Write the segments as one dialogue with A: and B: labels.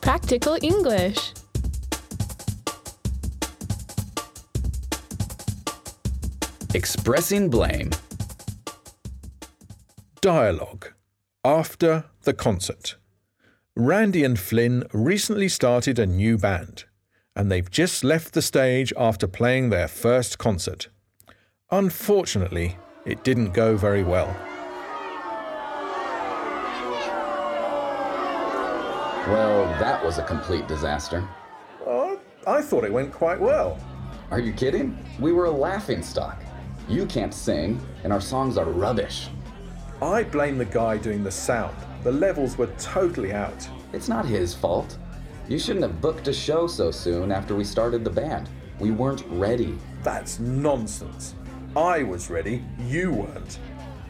A: Practical English.
B: Expressing blame.
C: Dialogue After the concert. Randy and Flynn recently started a new band, and they've just left the stage after playing their first concert. Unfortunately, it didn't go very well.
B: Well, that was a complete disaster.
C: Oh, I thought it went quite well.
B: Are you kidding? We were a laughing stock. You can't sing, and our songs are rubbish.
C: I blame the guy doing the sound. The levels were totally out.
B: It's not his fault. You shouldn't have booked a show so soon after we started the band. We weren't ready.
C: That's nonsense. I was ready, you weren't.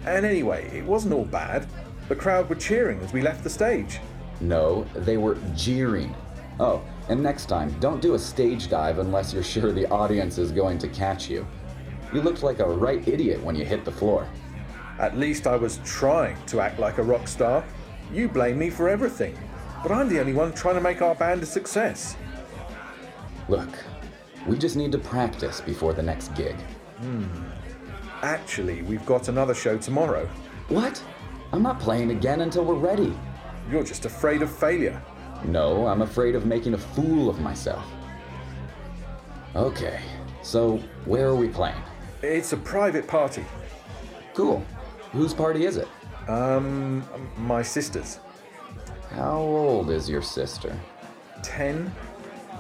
C: And anyway, it wasn't all bad. The crowd were cheering as we left the stage.
B: No, they were jeering. Oh, and next time, don't do a stage dive unless you're sure the audience is going to catch you. You looked like a right idiot when you hit the floor.
C: At least I was trying to act like a rock star. You blame me for everything, but I'm the only one trying to make our band a success.
B: Look, we just need to practice before the next gig.
C: Actually, we've got another show tomorrow.
B: What? I'm not playing again until we're ready.
C: You're just afraid of failure.
B: No, I'm afraid of making a fool of myself. Okay, so where are we playing?
C: It's a private party.
B: Cool. Whose party is it?
C: Um, my sister's.
B: How old is your sister?
C: 10?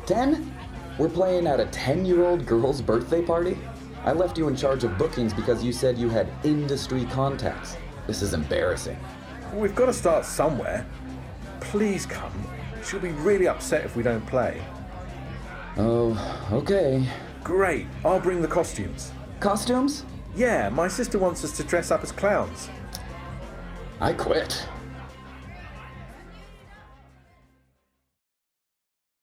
B: 10? We're playing at a 10 year old girl's birthday party? I left you in charge of bookings because you said you had industry contacts. This is embarrassing.
C: We've got to start somewhere. Please come. She'll be really upset if we don't play.
B: Oh, okay.
C: Great, I'll bring the costumes.
B: Costumes?
C: Yeah, my sister wants us to dress up as clowns.
B: I quit.